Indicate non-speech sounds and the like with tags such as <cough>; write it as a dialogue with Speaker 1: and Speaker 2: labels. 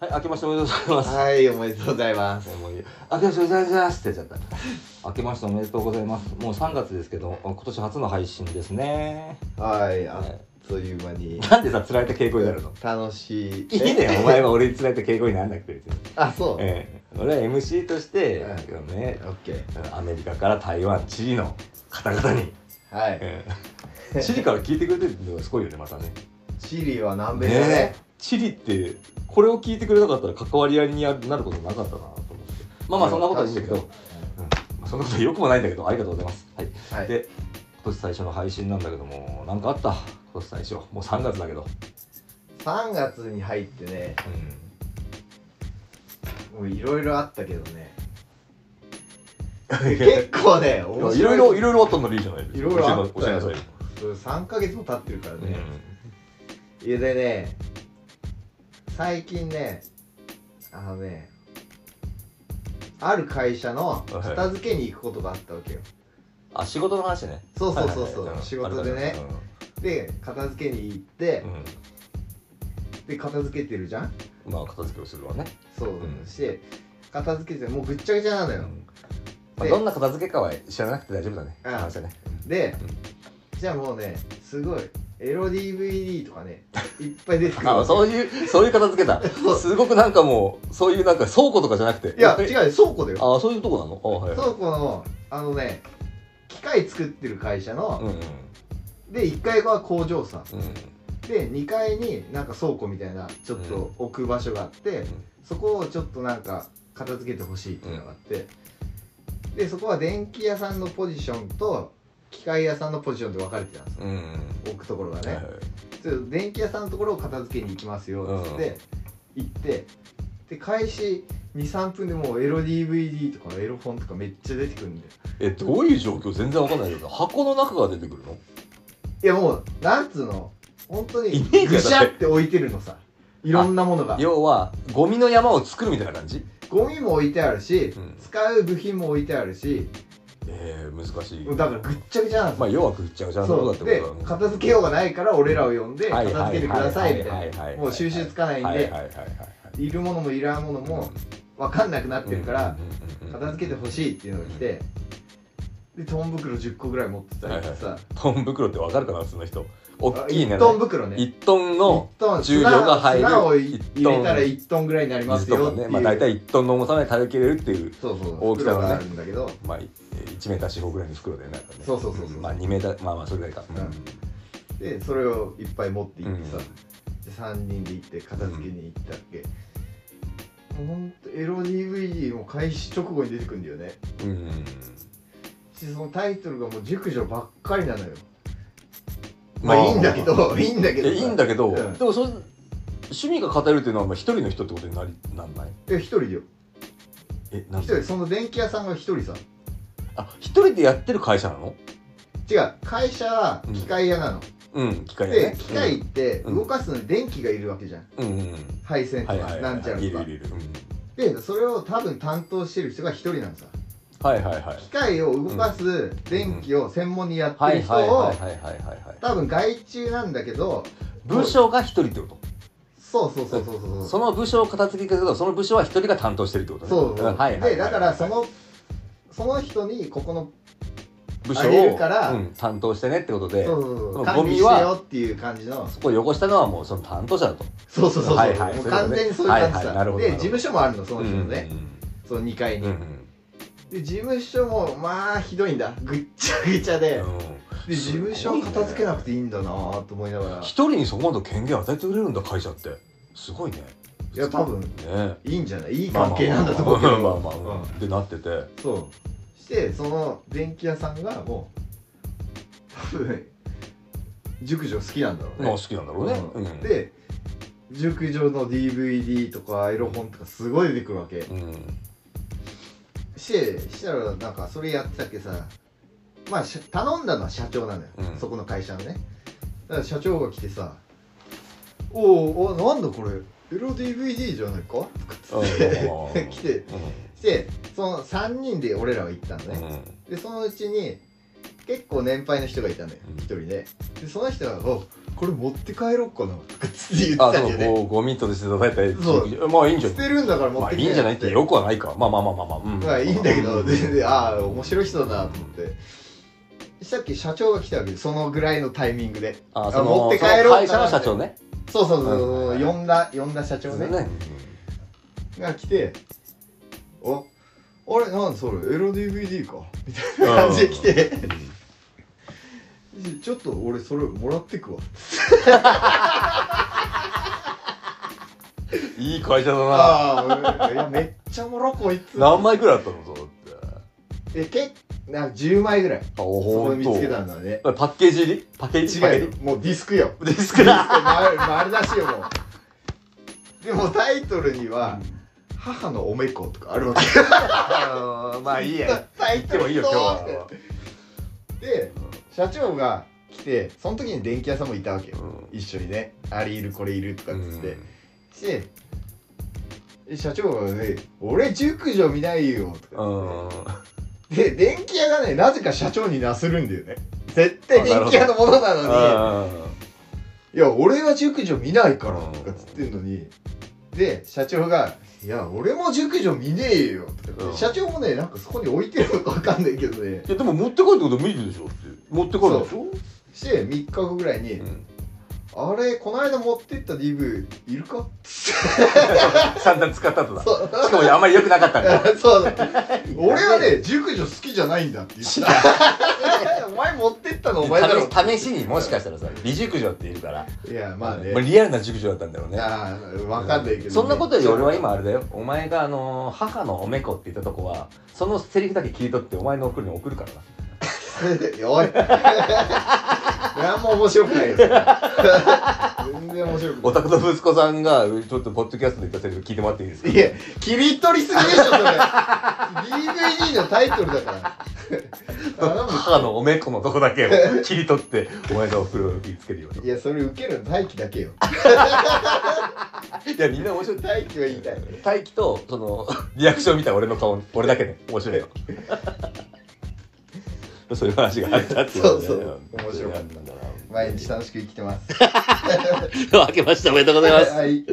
Speaker 1: はい、明けましておめでとうございます。
Speaker 2: はい、おめでとうございます。
Speaker 1: もういい明けましておめでとうございますって言っちゃった。明けましておめでとうございます。もう3月ですけど、今年初の配信ですね。
Speaker 2: はい、あっという間に
Speaker 1: なんでさ、つられた敬語になるの
Speaker 2: 楽し
Speaker 1: い
Speaker 2: い。
Speaker 1: いね、お前は俺につられた敬語になんなくて別に。
Speaker 2: あ、そう。
Speaker 1: ええ、俺は MC として、
Speaker 2: はい
Speaker 1: ね
Speaker 2: オ、ッケー。
Speaker 1: アメリカから台湾、チリの方々に、
Speaker 2: はい。
Speaker 1: え
Speaker 2: <laughs>
Speaker 1: えチリから聞いてくれてるのがすごいよね、またね。
Speaker 2: チリは南米だね。
Speaker 1: チリってこれを聞いてくれなかったら関わり合いになることなかったなと思ってまあまあそんなことはいいんだけど、うんまあそんなことはよくもないんだけどありがとうございます、はい
Speaker 2: はい。
Speaker 1: で今年最初の配信なんだけどもなんかあった今年最初もう3月だけど、
Speaker 2: 3月に入ってね、もういろいろあったけどね。結構ね、
Speaker 1: い
Speaker 2: 面
Speaker 1: や
Speaker 2: 白
Speaker 1: いろいろいろいろあったのでいいじゃないですか
Speaker 2: いろいろあったよ
Speaker 1: 教えなさいよ、
Speaker 2: 3ヶ月も経ってるから
Speaker 1: うん
Speaker 2: ね。いやでね、最近ね、あのね、ある会社の片付けに行くことがあったわけよ。
Speaker 1: あ仕事の話ね
Speaker 2: そうそうそうそう
Speaker 1: はいはいはい
Speaker 2: 仕事でねで、片付けに行って
Speaker 1: う、ん、
Speaker 2: で片付けてるじゃん
Speaker 1: うんまあ片付けをするわね、
Speaker 2: そう、
Speaker 1: うん
Speaker 2: して片付けてもうぐっちゃぐちゃなの
Speaker 1: うん
Speaker 2: よ、
Speaker 1: まあ、
Speaker 2: で
Speaker 1: どんな片付けかは知らなくて大丈夫だね
Speaker 2: うん
Speaker 1: 話はね
Speaker 2: で、
Speaker 1: うん
Speaker 2: じゃあもうねすごいエロ DVD と
Speaker 1: <laughs>
Speaker 2: かねいっぱい出てくる
Speaker 1: あそういう、そういう片付けだ。すごくなんかもう、そういうなんか倉庫とかじゃなくて。
Speaker 2: いや
Speaker 1: っぱ
Speaker 2: 違う
Speaker 1: り
Speaker 2: よ倉庫だよ
Speaker 1: あそういうとこなのあはいはい。
Speaker 2: 倉庫のあのね機械作ってる会社
Speaker 1: うん
Speaker 2: の、
Speaker 1: うん。
Speaker 2: で1階が工場さ
Speaker 1: うん
Speaker 2: で2階になんか倉庫みたいなちょっと置く場所があって、そこをちょっとなんか片付けてほしいっていうのがあって、でそこは電気屋さんのポジションと機械屋さんのポジションで分かれてたんですよ
Speaker 1: うん。うん。
Speaker 2: 置くところが
Speaker 1: はいは
Speaker 2: ね
Speaker 1: い、
Speaker 2: ちょっと電気屋さんのところを片付けに行きますよっつって行ってで開始23分でもうエロ DVD とかエロ本とかめっちゃ出てくるんだよ
Speaker 1: え、どういう状況全然わかんないけど、箱の中が出てくるの
Speaker 2: いやもうなんつうの本当に
Speaker 1: イメージが
Speaker 2: ぐしゃって置いてるのさいろんなものが
Speaker 1: 要は、ゴミの山を作るみたいな感じ
Speaker 2: ゴミも置いてあるし、
Speaker 1: うん
Speaker 2: 使う部品も置いてあるし
Speaker 1: えー、難しい。
Speaker 2: だからぐっちゃぐちゃなんです
Speaker 1: まあ、
Speaker 2: よ、
Speaker 1: 要は食っちゃうじゃんなことだ
Speaker 2: そ
Speaker 1: って
Speaker 2: うで
Speaker 1: ことだ
Speaker 2: 片付けようがないから俺らを呼んで
Speaker 1: はい
Speaker 2: 片付けてくださいみたい
Speaker 1: はいはいはいはいはい
Speaker 2: なもう収集つかないん
Speaker 1: はいはい
Speaker 2: で
Speaker 1: はいはいはい。
Speaker 2: いるものもいらんものも分かんなくなってるから、
Speaker 1: うん、
Speaker 2: 片付けてほしいっていうのが来て、でトン袋10個ぐらい持ってたりとかさ、
Speaker 1: トン袋ってわかるかな、普通の人。おっきいね。
Speaker 2: 1トン袋ね
Speaker 1: 一トンの
Speaker 2: 一トン
Speaker 1: 重量が入る
Speaker 2: 砂を
Speaker 1: 一
Speaker 2: 入
Speaker 1: トン
Speaker 2: れたら1トンぐらいになります
Speaker 1: 水と
Speaker 2: よ
Speaker 1: か
Speaker 2: ってい
Speaker 1: ね、
Speaker 2: う、
Speaker 1: まあ、大体1トンの重さまで食べきれるっていう
Speaker 2: そうそう
Speaker 1: 大きさのね
Speaker 2: 袋があるんだけど
Speaker 1: まあ、1メーター四方ぐらいの袋でなんかね
Speaker 2: そうそうそうそうん
Speaker 1: まあ2メーターまあまあそれぐらいか、
Speaker 2: うんでそれをいっぱい持って行ってさ、
Speaker 1: うん
Speaker 2: で3人で行って片付けに行ったっけ、もうほんとエロ DVD も開始直後に出てくるんだよね
Speaker 1: うんうん
Speaker 2: しそのタイトルがもう熟女ばっかりなのよまあいいんだけどいいんだけど
Speaker 1: え
Speaker 2: さ
Speaker 1: いいんだけど、
Speaker 2: うん
Speaker 1: でもそれ趣味が偏るっていうのはまあ一人の人ってことになりなんない
Speaker 2: え一人でよ
Speaker 1: えな
Speaker 2: 一
Speaker 1: んで
Speaker 2: 人その電気屋さんが一人さ
Speaker 1: あ一人でやってる会社なの
Speaker 2: 違う会社は機械屋なの、
Speaker 1: うん機械や
Speaker 2: で
Speaker 1: ね
Speaker 2: 機械って
Speaker 1: うん
Speaker 2: 動かすのに電気がいるわけじゃん
Speaker 1: うんうんうん
Speaker 2: 配線と
Speaker 1: は
Speaker 2: か、
Speaker 1: いはいはい
Speaker 2: なんちゃら
Speaker 1: い
Speaker 2: と
Speaker 1: る
Speaker 2: か
Speaker 1: いるいる、うん
Speaker 2: でそれを多分担当してる人が一人なのさ
Speaker 1: はいはいはい
Speaker 2: 機械を動かす電気を専門にやっ
Speaker 1: は
Speaker 2: て
Speaker 1: い
Speaker 2: る人
Speaker 1: はいはい
Speaker 2: を
Speaker 1: はいはいはいはい
Speaker 2: 多分外注なんだけど
Speaker 1: 部署が一人ってこと
Speaker 2: そうそうそうそうそう
Speaker 1: その部署を片付けるけどその部署は一人が担当してるってことね
Speaker 2: そうそう、
Speaker 1: んはいはいはい
Speaker 2: でだからそのその人にここの
Speaker 1: 部
Speaker 2: あ
Speaker 1: 署
Speaker 2: げ
Speaker 1: を
Speaker 2: るから
Speaker 1: うん、担当してねってことで
Speaker 2: そうそう
Speaker 1: その
Speaker 2: そう
Speaker 1: ゴ
Speaker 2: 管理
Speaker 1: ミ
Speaker 2: し
Speaker 1: は
Speaker 2: てよっていう感じの
Speaker 1: そこを汚したのはもうその担当者だと。
Speaker 2: そうそうそうそう、
Speaker 1: はいはいそういう
Speaker 2: もう
Speaker 1: ことね
Speaker 2: 完全にそういう感じ
Speaker 1: はい
Speaker 2: さ、
Speaker 1: はいなるほど
Speaker 2: で
Speaker 1: な
Speaker 2: 事
Speaker 1: るほど
Speaker 2: 務所もあるのその人のね、
Speaker 1: う
Speaker 2: その2階
Speaker 1: ん
Speaker 2: に、
Speaker 1: うんうん
Speaker 2: で事務所もまあひどいんだぐっちゃぐちゃで、で事務所片付けなくていいんだなぁと思いながら
Speaker 1: 一人にそこまで権限与えてくれるんだ会社ってすごいね。
Speaker 2: いや多分
Speaker 1: ね。
Speaker 2: いいんじゃないいい関係なんだと思うけ
Speaker 1: まあ
Speaker 2: ど
Speaker 1: まあまあまあまあまあ。ってなってて。
Speaker 2: そうしてその電気屋さんがもう多分熟女好きなんだろう
Speaker 1: まあ
Speaker 2: ね
Speaker 1: 好きなんだろうね。
Speaker 2: う
Speaker 1: うんん、
Speaker 2: で熟女の DVD とかエロ本とかすごい出てくるわけ
Speaker 1: うん。
Speaker 2: してしたらなんかそれやってたっけさまあし頼んだのは社長なのよ、
Speaker 1: うん
Speaker 2: そこの会社のねだから社長が来てさ「おうおうなんだこれエロ DVD じゃないか?」
Speaker 1: ああ
Speaker 2: で <laughs> 来てしてその3人で俺らは行ったの
Speaker 1: うん。う
Speaker 2: ね、
Speaker 1: ん
Speaker 2: でそのうちに結構年配の人がいたのよ
Speaker 1: うん
Speaker 2: 一人ででその人が「おこれ持って帰ろうかなとかつって言って
Speaker 1: あ
Speaker 2: た
Speaker 1: そう
Speaker 2: んよ
Speaker 1: こ
Speaker 2: ね
Speaker 1: うゴミとして出されたり
Speaker 2: そう
Speaker 1: えまあいいんじゃ
Speaker 2: 捨
Speaker 1: ない
Speaker 2: てるんだから持
Speaker 1: ま
Speaker 2: っ
Speaker 1: あ
Speaker 2: て
Speaker 1: い
Speaker 2: 帰
Speaker 1: いんじゃない
Speaker 2: っ
Speaker 1: って
Speaker 2: て
Speaker 1: よくはないかまあまあまあまあまあ、うん
Speaker 2: まあいいんだけど全然ああ面白い人だなと思ってさっき社長が来たわけでそのぐらいのタイミングで
Speaker 1: あ
Speaker 2: あ
Speaker 1: その
Speaker 2: 持って帰
Speaker 1: そ
Speaker 2: ろう
Speaker 1: の
Speaker 2: かな
Speaker 1: 会社の社長ね
Speaker 2: そうそうそう
Speaker 1: はいはいはい
Speaker 2: 呼んだ呼んだ社長ね
Speaker 1: ね
Speaker 2: が来て「おあれなんだそれエロ DVD か」みたいな
Speaker 1: うん
Speaker 2: 感じで来て「ちょっと俺それもらってくわ」
Speaker 1: いい会社だな
Speaker 2: ああいやめっちゃおもろこいつ
Speaker 1: 何枚くらいあったのそうって
Speaker 2: えけなんか10枚ぐらい
Speaker 1: あ
Speaker 2: そ
Speaker 1: お
Speaker 2: こ
Speaker 1: ほ
Speaker 2: で
Speaker 1: ん
Speaker 2: 見
Speaker 1: と
Speaker 2: つけたんだね
Speaker 1: パッケージ入りパッケージ
Speaker 2: 違うよもうディスクよ
Speaker 1: ディスク
Speaker 2: ディ
Speaker 1: だ
Speaker 2: スク丸丸出しよもうでもタイトルには「母のおめこ」とかあるわけ
Speaker 1: あのまあいいや
Speaker 2: タイ
Speaker 1: 行って
Speaker 2: ト
Speaker 1: も
Speaker 2: ル
Speaker 1: いいよ今日は
Speaker 2: で社長が来てその時に電気屋さんもいたわけよ一緒にねあれいるこれいるとかっつって、してで社長がね「俺熟女見ないよ」と
Speaker 1: う
Speaker 2: か
Speaker 1: んうん
Speaker 2: 言ってで電気屋がねなぜか社長になするんだよね絶対電気屋のものなのに「いや俺は熟女見ないから」とかっつってんのにで社長が「いや俺も熟女見ねえよ」とか言って、
Speaker 1: うん
Speaker 2: 社長もねなんかそこに置いてるのかわかんないけどね
Speaker 1: いやでも持って帰ってこと見るでしょって持って帰るでしょ
Speaker 2: して3日後ぐらいに「
Speaker 1: うん
Speaker 2: あれこの間持ってった DV いるか?」 <laughs>
Speaker 1: 散々使ったとだし
Speaker 2: そう
Speaker 1: かもあんまり良くなかったんだ
Speaker 2: そうだ俺はね熟女好きじゃないんだって言った
Speaker 1: <laughs>
Speaker 2: お前持ってったのお前だろ
Speaker 1: 試し試しにもしかしたらさ美熟女っているから
Speaker 2: いやまあね、
Speaker 1: もうリアルな熟女だったんだろうね
Speaker 2: あーわかんないけどね、
Speaker 1: そんなことより俺は今あれだよお前があのー母のおめこって言ったとこはそのセリフだけ切り取ってお前の送るに送るからな
Speaker 2: <laughs> おい何も面白くないよそれ全然面白く
Speaker 1: お
Speaker 2: な
Speaker 1: 宅の息子さんがちょっとポッドキャストで言ったセリフ聞いてもらっていいですか
Speaker 2: いいや切り取りすぎでしょそれ DVD のタイトルだから頼む
Speaker 1: 母のおめこのとこだけを切り取ってお前が送るを気つけるように
Speaker 2: いやそれ受けるの大輝だけよ
Speaker 1: いやみんな面白い
Speaker 2: 大輝は言いたい
Speaker 1: 大輝とその
Speaker 2: <laughs>
Speaker 1: リアクション見た俺の顔俺だけね面白いよそういう話があったっていうので
Speaker 2: そうそう面白かった
Speaker 1: なんだな
Speaker 2: 毎日楽しく生きてます
Speaker 1: 明けましておめでとうございます
Speaker 2: はい